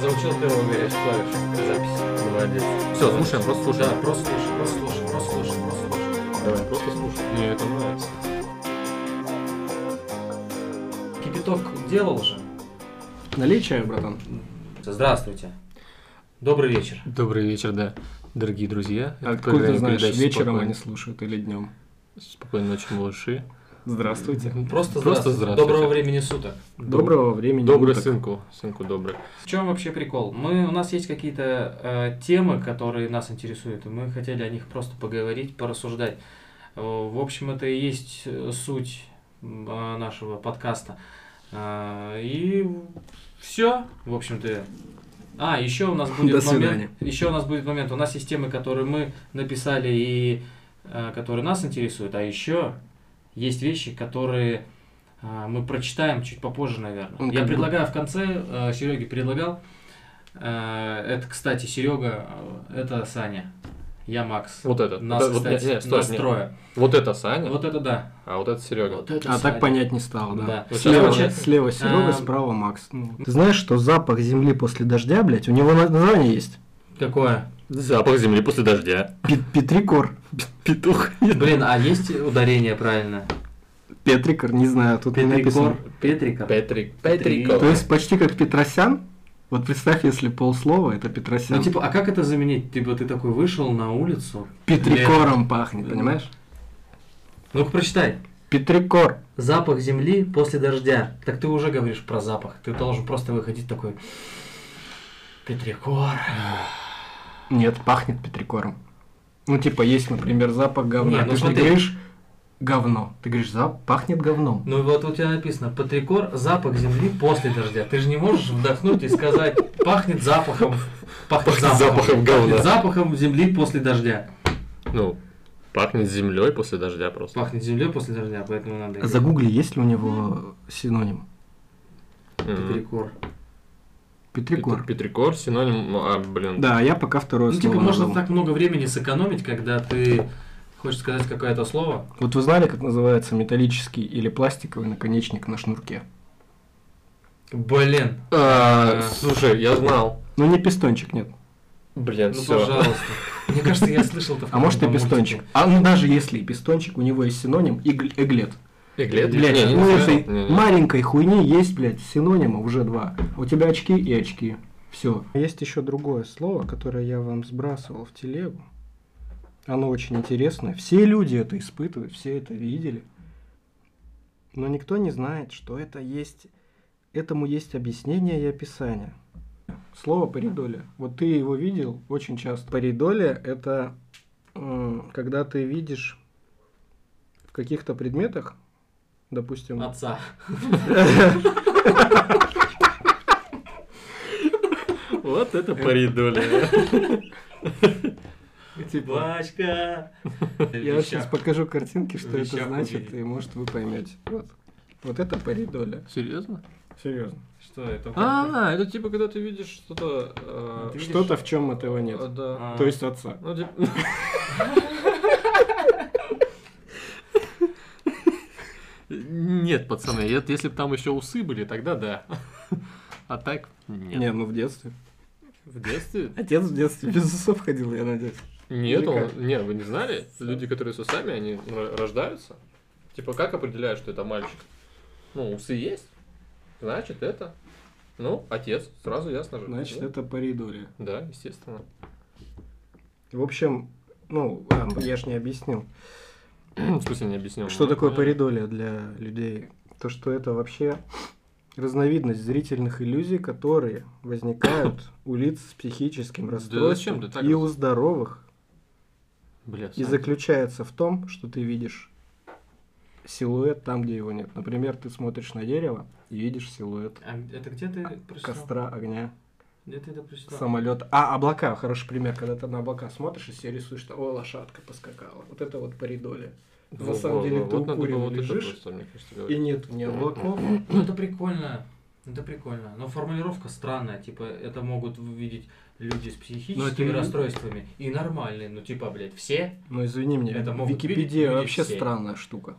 заучил, ты умеешь клавиши. Запись. Молодец. Все, слушаем, просто слушаем. Да, просто слушай, просто слушай, просто слушай, просто слушай. Давай, просто слушаем. Мне это нравится. Кипяток делал же. Налей чаю, братан. Здравствуйте. Добрый вечер. Добрый вечер, да. Дорогие друзья, это Откуда ты программа знаешь, передачи вечером «Спокойной- они слушают или днем? Спокойной ночи, малыши. Здравствуйте. Просто, Просто здравствуйте. здравствуйте. Доброго времени суток. Доброго времени Добрый суток. сынку. Сынку добрый. В чем вообще прикол? Мы, у нас есть какие-то э, темы, которые нас интересуют, и мы хотели о них просто поговорить, порассуждать. Э, в общем, это и есть э, суть м, э, нашего подкаста. Э, и все, в общем-то. А, еще у нас будет До свидания. момент. Еще у нас будет момент. У нас есть темы, которые мы написали и э, которые нас интересуют, а еще есть вещи, которые а, мы прочитаем чуть попозже, наверное. Ну, Я как бы- предлагаю в конце, Сереге предлагал. э, Это, кстати, Серега, это Саня. Я Макс. Вот этот. Нас, Вот это- вот кстати, не- не, стой, нас не. трое. Вот это Саня, Вот это да. а вот это Серега. Вот это А Саня. так понять не стало, да. Да. Вот сейчас Слева, Короче, слева Серега, а, справа Макс. Ну, Ты знаешь, что запах земли после дождя, блядь, у него на- название есть? Какое? Запах земли после дождя. Пет- Петрикор. Петух. Блин, а есть ударение правильно? Петрикор, не знаю, тут не Петрикор. написано. Петрикор. Петрик. Петрико. То есть почти как Петросян. Вот представь, если полслова, это Петросян. Ну типа, а как это заменить? Типа ты такой вышел на улицу. Петрикором пахнет, Да. понимаешь? Ну-ка прочитай. Петрикор. Запах земли после дождя. Так ты уже говоришь про запах. Ты должен просто выходить такой... Петрикор. Нет, пахнет петрикором. Ну, типа, есть, например, запах говна. Не, ну ты ж не смотри. говоришь говно. Ты говоришь, зап пахнет говном. Ну и вот у тебя написано Петрикор, запах земли после дождя. Ты же не можешь вдохнуть и сказать, пахнет запахом. Пахнет, Пахнет запахом говна. Пахнет запахом земли после дождя. Ну, пахнет землей после дождя просто. Пахнет землей после дождя, поэтому надо... говорить Загугли, есть ли у него синоним? М. Петрикор. Петрикор. Пет- Петрикор синоним, ну, а, блин. Да, я пока Ну второе слово типа можно назову. так много времени сэкономить, когда ты хочешь сказать какое-то слово. Вот вы знали, как называется металлический или пластиковый наконечник на шнурке? Блин. А, Э. слушай, я знал. Ну, не пистончик, нет. Блин, Ну все. пожалуйста. Мне кажется, я слышал это в А может и каком-то пистончик. мультике. А ну, даже если и пистончик, у него есть синоним игл- эглет. Эглет? Блядь, Не, не, у не, этой не, не. маленькой хуйни есть, блядь, синонима уже два. У тебя очки и очки. Все. Есть еще другое слово, которое я вам сбрасывал в телегу. Оно очень интересное. Все люди это испытывают, все это видели. Но никто не знает, что это есть... Этому есть объяснение и описание. Слово паридолия. Вот ты его видел очень часто. Паридолия – это м, когда ты видишь в каких-то предметах, допустим, Отца. Вот это паридоли. типа, Бачка. Я сейчас покажу картинки, что это вещах значит, увидеть. и может вы поймете. Вот. Вот это паридоля. Серьезно? Серьезно. Что это? А, А, это типа, когда ты видишь что-то... э, Ты видишь? Что-то, в чем этого нет. э, Да. А. То есть отца. Ну, типа... Нет, пацаны, е- если бы там еще усы были, тогда да. А так нет. Не, ну в детстве. В детстве? Отец в детстве без усов ходил, я надеюсь. Нет, Или он- как? не, вы не знали? Люди, которые с усами, они р- рождаются. Типа, как определяют, что это мальчик? Ну, усы есть, значит, это... Ну, отец, сразу ясно же. Значит, да? это паридоля. Да, естественно. В общем, ну, а, я ж не объяснил. В смысле, не объяснил. Что Ну, такое понятно. паридоля для людей? То, что это вообще разновидность зрительных иллюзий, которые возникают у лиц с психическим Да расстройством зачем ты так и раз- у здоровых Бля, И Сань. заключается в том, что ты видишь силуэт там, где его нет. Например, ты смотришь на дерево и видишь силуэт А это где ты прочитал? костра, огня, Где ты это прочитал? самолета. А, облака, хороший пример, когда ты на облака смотришь и себе рисуешь, что, о, лошадка поскакала. Вот это вот паридоли. На самом деле ты надо было укурен вот это лежишь, просто, мне кажется, и говорить. нет ни облаков. Ну это прикольно. Это прикольно. Но формулировка странная. Типа, это могут увидеть люди с психическими не- расстройствами. И нормальные. Ну типа, блядь, все. Но извини меня, Это могут видеть- Википедия видеть вообще все. странная штука.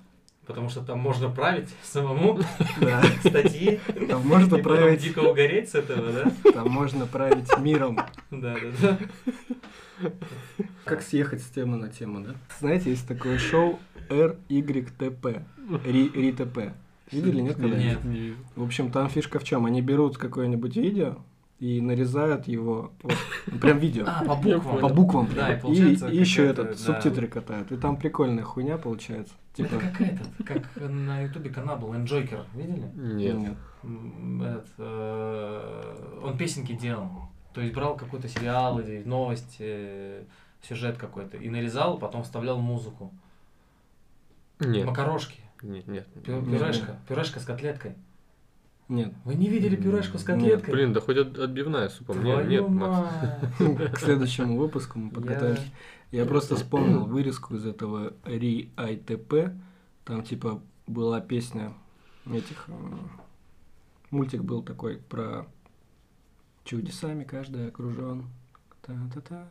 Потому что там можно править самому Да. статьи. Там можно и потом править, дико угореть с этого, да? там можно править миром. Да, да, да. Как съехать с темы на тему, да? Знаете, есть такое шоу RYTP. Ри- РИТП. Видели, нет, когда Нет. Не вижу. В общем, там фишка в чем? Они берут какое-нибудь видео и нарезают его, вот, ну, прям видео, А, по буквам. по буквам. Да, прям. и получается еще какая-то, этот, да. субтитры катают. И там прикольная хуйня получается. Это Типа, как этот, как на ютубе канал был, Энджойкер, видели? Нет. нет. М, этот, э, он песенки делал. То есть брал какой-то сериал или новость, э, сюжет какой-то, и нарезал, потом вставлял музыку. Нет. Макарошки, Нет, нет. пю- Не пюрешка, пюрешка с котлеткой. Нет. Вы не видели пюрешку с Нет, котлеткой? Блин, да хоть от- отбивная супа. Мне- Твою Нет, Макс. мать. Ну, К следующему выпуску мы подкатаемся. Я просто вспомнил вырезку из этого Ри А ITP. Там типа была песня этих... м, Мультик был такой про чудесами каждый окружен. Та-та-та-та.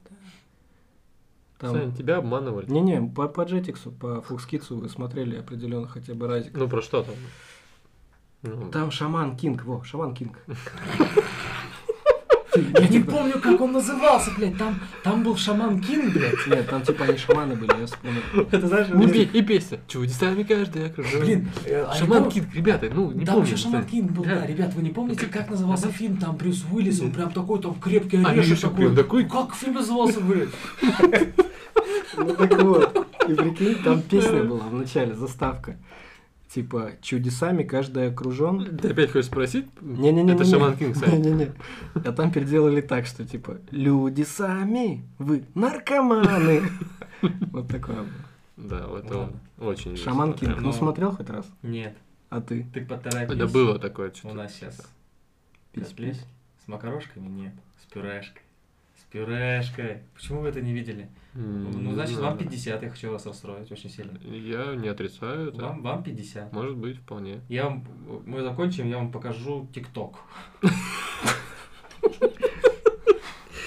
Сань, Там... тебя обманывали. Не-не, по, по Jetix, по Фукскицу вы смотрели определенно хотя бы разик. Ну про что там? Ну, Там Шаман Кинг, во, Шаман Кинг. Я не помню, как он назывался, блядь. Там, там был шаман Кинг, блядь. Нет, там типа они шаманы были, я вспомнил. Это знаешь, Ну, пе- и песня. Чудесами каждый окружен. Блин, э, а не Шаман пом- Кинг, ребята, ну не Там помню. еще Шаман кстати. Кинг был, да. Да. ребят, вы не помните, как назывался фильм, там Брюс Уиллис, он прям такой, там крепкий А, орешек Миша, такой. блин, такой- Как фильм назывался, блядь? Ну так вот, и прикинь, там песня была в начале, заставка. Типа, чудесами каждый окружен. Ты опять хочешь спросить? Не-не-не. Это Шаман Кинг, Сань. Не-не-не. А там переделали так, что типа, люди сами, вы наркоманы. Вот такое было. Да, вот это Ладно. он очень. известный. Шаман Кинг. Ну. Ну смотрел хоть раз? Нет, А ты? Типа ты поторопись. Это было такое У что-то. нас сейчас пись С макарошками? Нет. С пюрешкой. С пюрешкой. Почему вы это не видели? М, Ну, не значит, вам знаю. 50, я хочу вас расстроить очень сильно. Я не отрицаю это. Вам, вам 50. Может быть, вполне. Я вам, мы закончим, я вам покажу ТикТок.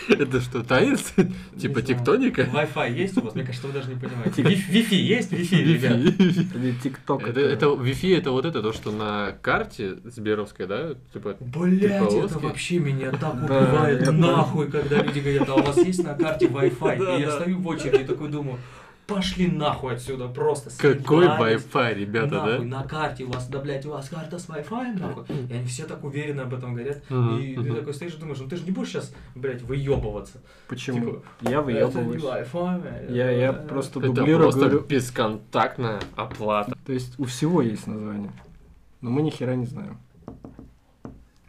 Это что, танец? Не Типа знаю. тектоника? Wi-Fi есть у вас? Мне кажется, вы даже не понимаете. Тик- Wi- Wi-Fi есть? Wi-Fi, ребят. Wi-Fi. Или ТикТок. Это, это Wi-Fi это вот это, то, что на карте Сберовской, да? Типа, Блять, Типа это узкий? вообще меня так Да, убивает это нахуй, когда люди говорят, а у вас есть на карте Да, Wi-Fi? И я да. стою в очереди и такой думаю, пошли нахуй отсюда, просто какой съебались. Wi-Fi, ребята, нахуй, да? на карте у вас, да, блядь, у вас карта с Wi-Fi, нахуй. И они все так уверенно об этом говорят. Мгм, И ты мгм. такой стоишь и думаешь, ну ты же не будешь сейчас, блядь, выебываться. Почему? типа, Я Это не выебываюсь. Wi-Fi. Я, я это- просто Это дублирую, просто говорю. бесконтактная оплата. То есть у всего есть название. Но мы ни хера не знаем.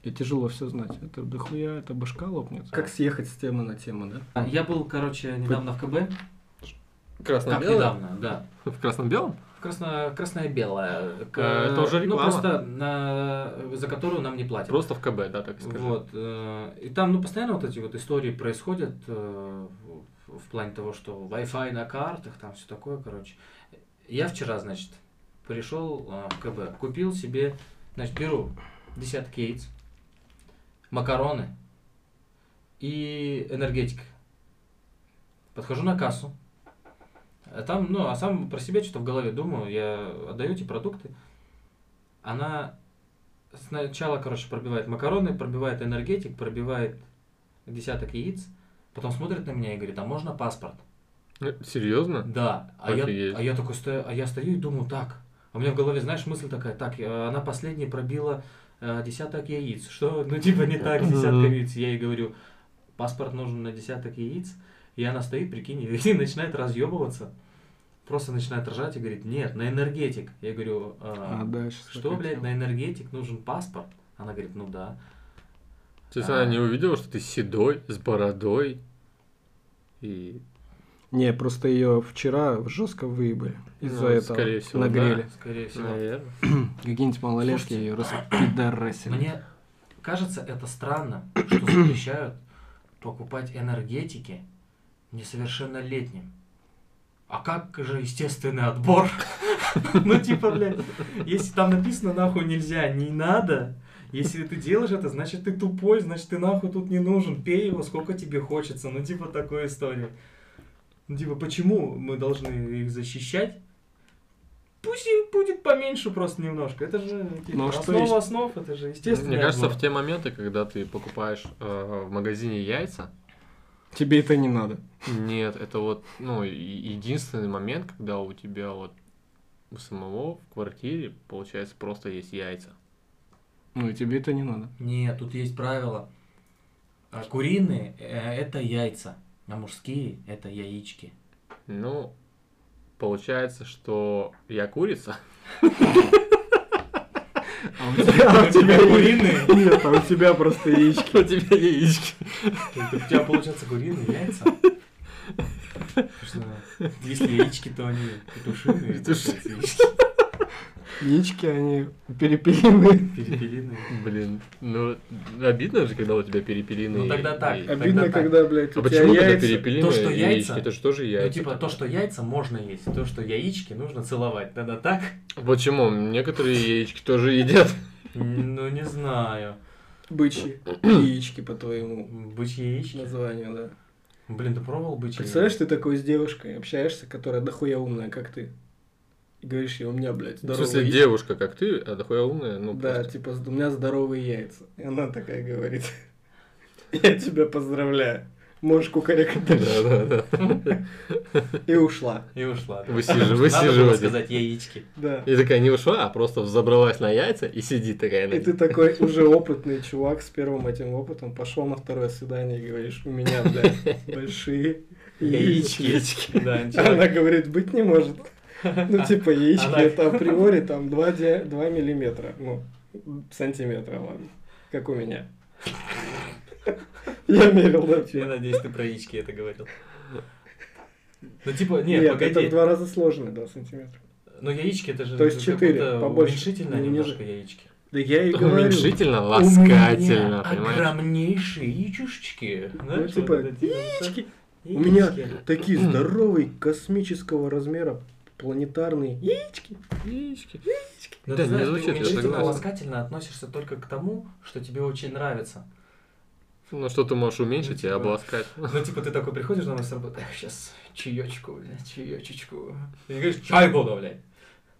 И тяжело все знать. Это дохуя, это башка лопнет. Как съехать с темы на тему, да? А, Я был, короче, недавно в КБ. Как Красно-белое? недавно, да. В красно-белом? Красно, красное-белое. К- Э, это уже реклама. Ну, просто на- за которую нам не платят. Просто в КБ, да, так скажем. Вот. э, И там, ну, постоянно вот эти вот истории происходят э, в в плане того, что Wi-Fi на картах, там все такое, короче. Я вчера, значит, пришел э, в КБ, купил себе, значит, беру десяток яиц, макароны и энергетик. Подхожу на кассу. А там, ну, а сам про себя что-то в голове думаю, я отдаю эти продукты. Она сначала, короче, пробивает макароны, пробивает энергетик, пробивает десяток яиц, потом смотрит на меня и говорит, а можно паспорт? Э, Серьезно? Да. А я, Офигеть. а я такой стою, а я стою и думаю, так. А у меня в голове, знаешь, мысль такая, так, э, она последняя пробила э, десяток яиц. Что, ну типа не так, с десятком Мгм. яиц. Я ей говорю, паспорт нужен на десяток яиц. И она стоит, прикинь, и начинает разъебываться. Просто начинает ржать и говорит, нет, на энергетик. Я говорю, «Э, А дальше. что, блядь, на энергетик нужен паспорт? Она говорит, ну да. То есть А. она не увидела, что ты седой, с бородой и Не, просто ее вчера жестко выебали. Из-за Ну, этого скорее всего, нагрели. Скорее всего. Наверное. Какие-нибудь малолетки ее распидорасили. Мне кажется, это странно, что запрещают покупать энергетики несовершеннолетним. А как же естественный отбор? Ну, типа, блядь, если там написано нахуй нельзя, не надо. Если ты делаешь это, значит ты тупой, значит ты нахуй тут не нужен. Пей его сколько тебе хочется. Ну, типа, такой история. Ну, типа, почему мы должны их защищать? Пусть и будет поменьше просто немножко. Это же типа, а Ну, что основа есть- основ, это же естественно. Ну, Мне кажется, в те моменты, когда ты покупаешь э, в магазине яйца, Тебе это не надо. нет, это вот, ну, е- единственный момент, когда у тебя вот у самого в квартире, получается, просто есть яйца. Ну и тебе это не надо. Нет, тут есть правило. А Куриные э, это яйца, а мужские это яички. Ну, получается, что я курица. А у тебя, куриные? Нет, а у тебя просто яички. У тебя яички. У тебя получается куриные яйца? Что, Если яички, то они петушиные. Петушиные. получается, яички Яички, они перепилены. Перепелиные. Блин, ну обидно же, когда у тебя перепелины. Ну, тогда так. Обидно, так. когда, блядь, А А у тебя почему тогда яйца... перепелиные То, что и яйца- яички? Это же тоже яйца. ну, типа, то, что яйца можно есть, то, что яички нужно целовать. Тогда так? Почему? Некоторые яички тоже едят. М, Ну, не знаю. Бычьи. Яички, по твоему Бычьи яички? названию, да. Блин, ты пробовал бычьи Представляешь, ты такой с девушкой общаешься, которая дохуя умная, как ты. И говоришь ей, у меня, блядь, В здоровые смысле, яйца. девушка, как ты, а дохуя умная, ну да, просто. типа, у меня здоровые яйца. И она такая говорит, я тебя поздравляю. Можешь кукарекать дальше. Да, да, да. И ушла. И ушла. да. Потому Высиживать, что Надо было высиживать. сказать яички. Да. И такая не ушла, а просто взобралась на яйца и сидит такая на И ты них. такой уже опытный чувак с первым этим опытом пошел на второе свидание и говоришь, у меня, блядь, большие яички. Яички. Да, Она человек- говорит, быть не может. Ну, типа, яички Она- это априори там 2, 2 миллиметра. Ну, сантиметра, ладно. Как у меня. Я мерил Я вообще. надеюсь, ты про яички это говорил. Ну, типа, нет, Нет, это погоди. в два раза сложно, да, сантиметра. Но яички это же То есть как четыре, будто побольше, уменьшительно не ниже. немножко яички. Да я и говорю. Уменьшительно, У меня ласкательно, понимаешь? огромнейшие яичушечки. Ну, Знаешь, типа, вот это типа, яички. да, У меня яички. такие здоровые, космического размера, планетарные яички. Яички. Но Да, ты не знаешь, ты звучит, я уменьшительно согласен. ласкательно относишься только к тому, что тебе очень нравится. Ну что ты можешь уменьшить и Ну, типа. обласкать? Ну, типа, ты такой приходишь домой с работы, сейчас чаечку, блядь, чаечечку. И ты говоришь, чай буду, блядь.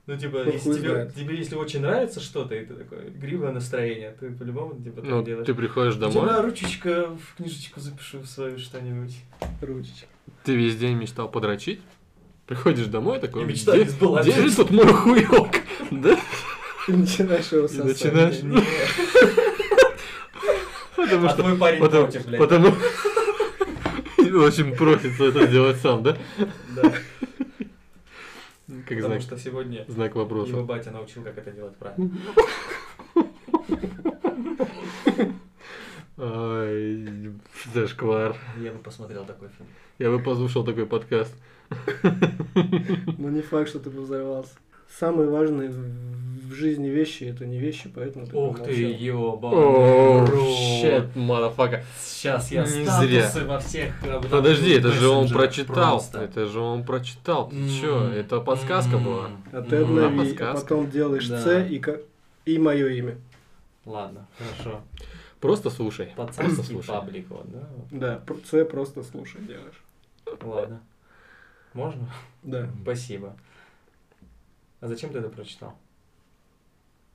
Ну, типа, Ну, если хуй тебе, знает. тебе если очень нравится что-то, и ты такое, игривое настроение, ты по-любому, типа, так Ну, делаешь. ты приходишь У домой, тебя ручечка в книжечку запишу в свою что-нибудь. Ручечки. ты весь день мечтал подрочить, приходишь домой такой, И мечта не где сбылась. где же тут мой хуёк? Да? И начинаешь его И сосать. Ну, начинаешь. Не. Потому А что твой парень Потому, против, блядь. потому... Очень просится это делать сам, да? Да, Как потому знак, что сегодня знак его вопроса. батя научил, как это делать правильно. Ай, зашквар. Я бы посмотрел такой фильм. Я бы послушал такой подкаст. Но ну, не факт, что ты бы взорвался. Самые важные в в жизни вещи это не вещи, поэтому ты Ух ты, помолчал. Оу, ебаный щет, мадафака. Сейчас я Не статусы зря. во всех... э, обновлю Подожди, это же он мессенджерах прочитал. просто. Это же он прочитал. Ты М, чё? Это подсказка м. была. А ты Ну, на обнови, а подсказках. потом делаешь Да. С и, ко- и мое имя. Ладно, хорошо. Просто слушай. Просто Пацанский слушай. паблик, вот, да? Да, пр- С просто слушай делаешь. Ладно. Можно? Да. Спасибо. А зачем ты это прочитал?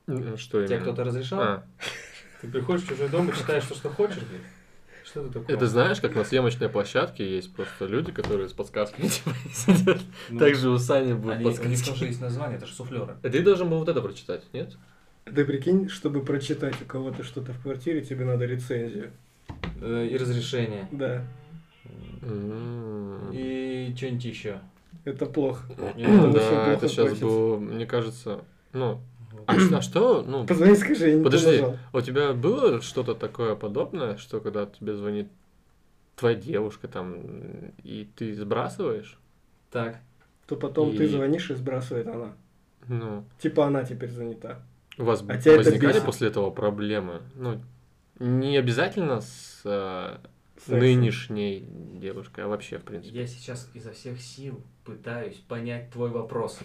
М, Что Тебе именно? кто-то разрешал? Э, А, Ты приходишь в чужой дом и читаешь то, что хочешь, блин? Что ты такое? это знаешь, как на съемочной площадке есть просто люди, которые с подсказками типа, сидят. Ну, Также у Сани будут они- У них тоже подсказки. есть название, это же суфлеры. А Ты должен был вот это прочитать, нет? Ты прикинь, чтобы прочитать у кого-то что-то в квартире, тебе надо рецензию. Э, И разрешение. Да, М. И что-нибудь еще. это плохо. Ну Потому что Да, плохо это сейчас платится. было, мне кажется, ну, а ч- а что, ну, Позвони, скажи, я не подожди, нажал. у тебя было что-то такое подобное, что когда тебе звонит твоя девушка там, и ты сбрасываешь? Так. То потом И- ты звонишь и сбрасывает она. Ну, Типа она теперь занята. у вас А тебя это возникали бесит. после этого проблемы? Ну, не обязательно с э, Ну Сексом. нынешней девушкой, а вообще, в принципе. Я сейчас изо всех сил пытаюсь понять твой вопрос.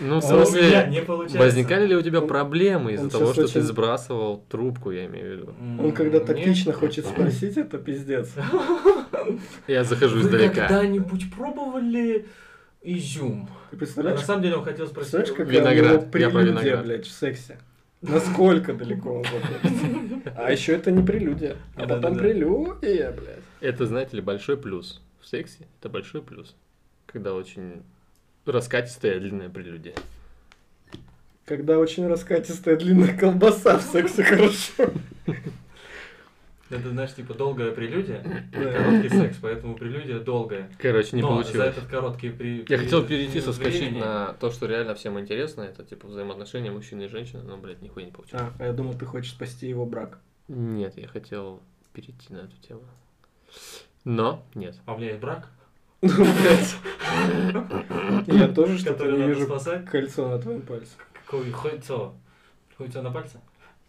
Ну, в А у смысле, не получается. Возникали ли у тебя Он- проблемы из-за он того, щас что ты очень- сбрасывал трубку, я имею в виду? М, Он когда нет. тактично хочет спросить, это пиздец. Я захожу Вы издалека. когда-нибудь пробовали Изюм. Ты А На представляешь, самом деле он хотел спросить... представляешь, как Виноград. Я виноград. про прелюдия, виноград. блядь, в сексе? Насколько далеко он заходит? А еще это не прелюдия. А Да-да-да. потом прелюдия, блядь. Это, знаете ли, большой плюс. В сексе это большой плюс. Когда очень раскатистая длинная прелюдия. Когда очень раскатистая длинная колбаса в сексе хорошо. Это, знаешь, типа долгая прелюдия, и Да. короткий секс, поэтому прелюдия долгая. Короче, не Но за получилось. этот короткий при... Я при- хотел перейти, период соскочить времени- на то, что реально всем интересно. Это типа взаимоотношения мужчины и женщины, но, блядь, нихуя не получилось. А, а я думал, ты хочешь спасти его брак. Нет, я хотел перейти на эту тему. Но нет. А у меня есть брак, Ну, блядь. Я тоже что-то который не надо вижу спасать. кольцо на твоем пальце. Какое хуйцо? Хуйцо на пальце?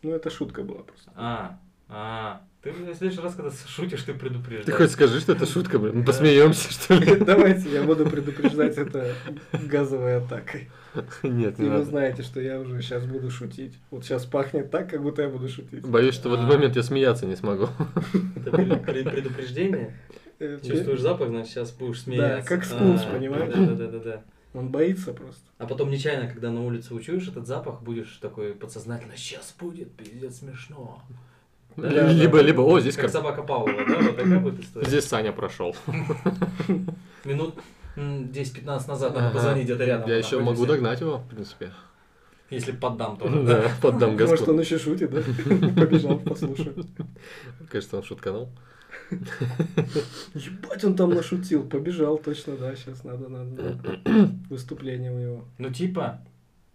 Ну, это шутка была просто. А, а. Ты в следующий раз, когда шутишь, ты предупреждаешь. Ты хоть скажи, что это шутка, блин. Мы посмеемся, что ли? Давайте, я буду предупреждать это газовой атакой. Нет, И не вы надо. знаете, что я уже сейчас буду шутить. Вот сейчас пахнет так, как будто я буду шутить. Боюсь, что в этот А. момент я смеяться не смогу. Это пред- пред- предупреждение. Э, Чувствуешь запах, значит, сейчас будешь Да, смеяться. как скунс, А, понимаешь? Да-да-да-да. Он боится просто. А потом нечаянно, когда на улице учуешь этот запах, будешь такой подсознательно, сейчас будет, пиздец, смешно. Да, да, да. Либо, либо, о, здесь Как как... собака Павлова, да? Вот такая будет история. Здесь Саня прошел. Минут м, 10-15 назад надо Ага. позвонить где-то рядом. Я еще находишься. могу догнать его, в принципе. Если поддам тоже. Да, поддам Может, газку. он еще шутит, да? Побежал, послушаю. Кажется, он шутканул. Ебать, он там нашутил. Побежал, точно, да. Сейчас надо, надо. надо. Выступление у него. Ну типа,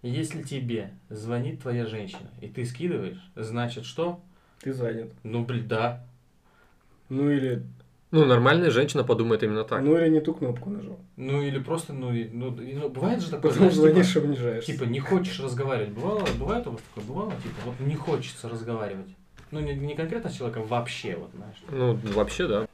если тебе звонит твоя женщина, и ты скидываешь, значит что? Ты занят. Ну, блин, да. Ну или, Ну, нормальная женщина подумает именно так. ну или не ту кнопку нажал. Ну или просто, ну, и- ну, и- ну, бывает же такое, Потому что знаешь, звонишь и типа, унижаешься. типа, не хочешь разговаривать. Бывало, бывает у вас такое? Бывало, типа, вот не хочется разговаривать. Ну, не, не конкретно с человеком, вообще, вот, знаешь. Ну, вообще, да.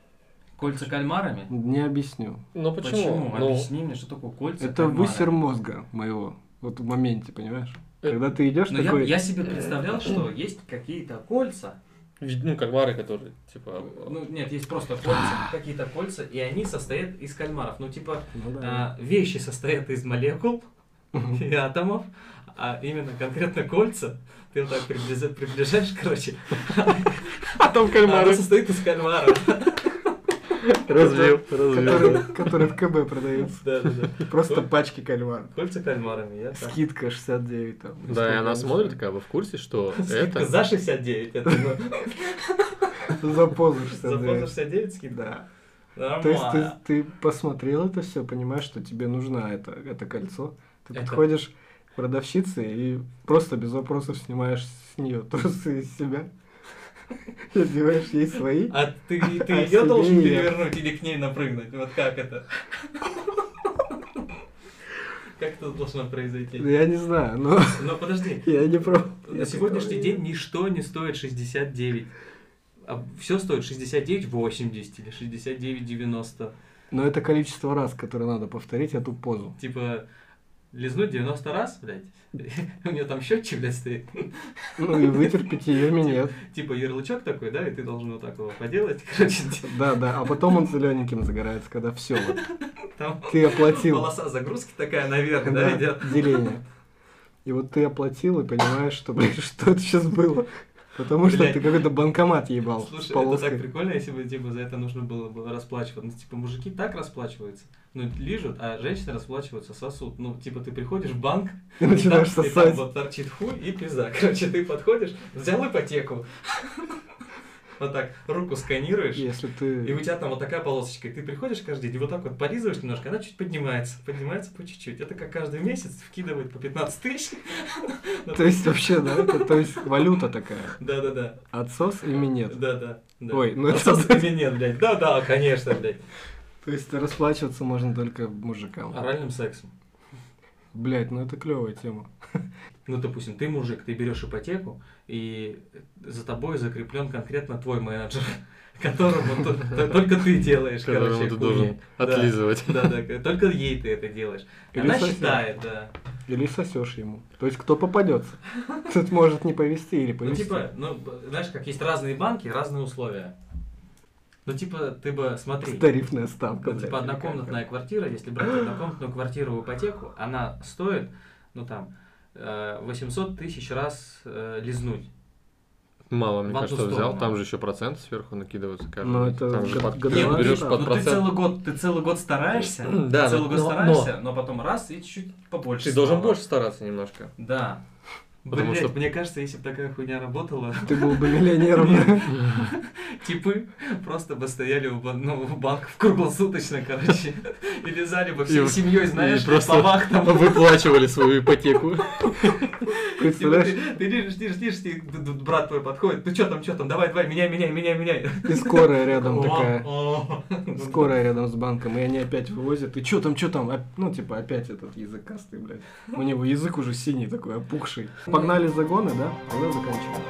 Кольца кальмарами? Не объясню. Ну, Почему? почему? Ну, Объясни мне, что такое кольца Это кальмара. высер мозга моего. Вот в моменте, понимаешь? Э, Когда ты идешь ну Но Ну, я- такой... я себе представлял, что есть какие-то кольца, ведь, ну, кальмары, которые, типа... Ну, нет, есть просто кольца, какие-то кольца, и они состоят из кальмаров. Ну, типа, Ну да. а, вещи состоят из молекул и атомов, а именно конкретно кольца, ты вот так приблиза- приближаешь, короче, А там оно состоит из кальмаров. Развил, развил. Который, который в КБ продается. Да, да, да. Просто пачки кальвар. Кольца кальмарами, я так. Скидка 69 там. Да, и она Сколько смотрит, такая, «А вы в курсе, что Скидка это... за 69, это ну, За позу за 69. поза 69 скидка. Да. То есть ты, Нормально. ты посмотрел это все, понимаешь, что тебе нужно это, это кольцо. Ты Это- подходишь к продавщице и просто без вопросов снимаешь с нее трусы из себя. И одеваешь ей свои. А ты, ты А ее должен себе я. перевернуть или к ней напрыгнуть? Вот как это? Как это должно произойти? Я не знаю, но Но подожди, я не пробовал. на сегодняшний день ничто не стоит 69. А все стоит 69,80 или 69,90. Но это количество раз, которые надо повторить эту позу. Типа, лизнуть 90 раз, блядь. У нее там счетчик, блядь, стоит. Ну и вытерпеть ее минет. Типа ярлычок такой, да, и ты должен вот так его поделать. Короче, типа, Да, да. А потом он зелененьким загорается, когда все. там Ты оплатил. полоса загрузки такая наверх, да, Да, идет. деление. И вот ты оплатил и понимаешь, что, блядь, что это сейчас было. Потому что Блядь. ты какой-то банкомат ебал с Слушай, это так полоской. прикольно, если бы типа за это нужно было бы расплачиваться. Ну, типа, мужики так расплачиваются, ну, лижут, а женщины расплачиваются, сосут. Ну, типа, ты приходишь в банк, И начинаешь и там, и там сосать. вот торчит хуй и пизда. Короче, ты подходишь, взял ипотеку, вот так руку сканируешь, Если и у ты... тебя там вот такая полосочка. И ты приходишь каждый день, и вот так вот полизываешь немножко, она чуть поднимается, поднимается по чуть-чуть. Это как каждый месяц вкидывает по 15 тысяч. То есть вообще, да, это, то есть валюта такая. Да-да-да, Отсос и минет. да-да. да. Ой, ну А это- сосать или нет, блядь? Да-да, конечно, блядь. То есть расплачиваться можно только мужикам. Оральным сексом. Блять, ну это клевая тема. Ну, допустим, ты мужик, ты берешь ипотеку, и за тобой закреплен конкретно твой менеджер, которому то- то- только ты делаешь, короче, Которому ты должен хуйни. отлизывать. Да, да, к- только ей ты это делаешь. И Или Она сосед. считает, да. Или сосешь ему. То есть кто попадется. Тут может не повести или Ну, повести. типа, ну, б- знаешь, как есть разные банки, разные условия. Ну, типа, ты бы, смотри, Тарифная ставка. ну, блядь, типа или как однокомнатная квартира, если брать однокомнатную квартиру в ипотеку, она стоит, ну там, э, 800 тысяч раз э, лизнуть. Мало, мне В одну кажется, сторону. взял. Там же еще процент сверху накидывается. каждый Ну, месяц. это Там же год- под- годовая ты берешь ставка. под Ну, ты процент. целый год, ты целый год стараешься, типа. Да, ты целый год но- но- стараешься, но... потом раз и чуть-чуть побольше. Ты должен стало. больше стараться немножко. Да. Потому Блять, что- мне кажется, если бы такая хуйня работала, Ты был бы миллионером. Типа типы просто бы стояли у, бан- ну, у банков круглосуточно, короче, и вязали бы всей И- семьей, знаешь, и просто... по вахтам. Выплачивали свою ипотеку. Типа, Представляешь, ты, ты лежишь, лежишь, лежишь, и д- д- брат твой подходит, ну что там, что там, давай, давай, меняй, меняй, меняй, меняй. и скорая рядом О, такая. о. Скорая рядом с банком, и они опять вывозят. И чё там, чё там? Оп- Ну, типа, опять этот языкастый, блядь. У него язык уже синий такой, опухший. Погнали загоны, да? Тогда заканчиваем.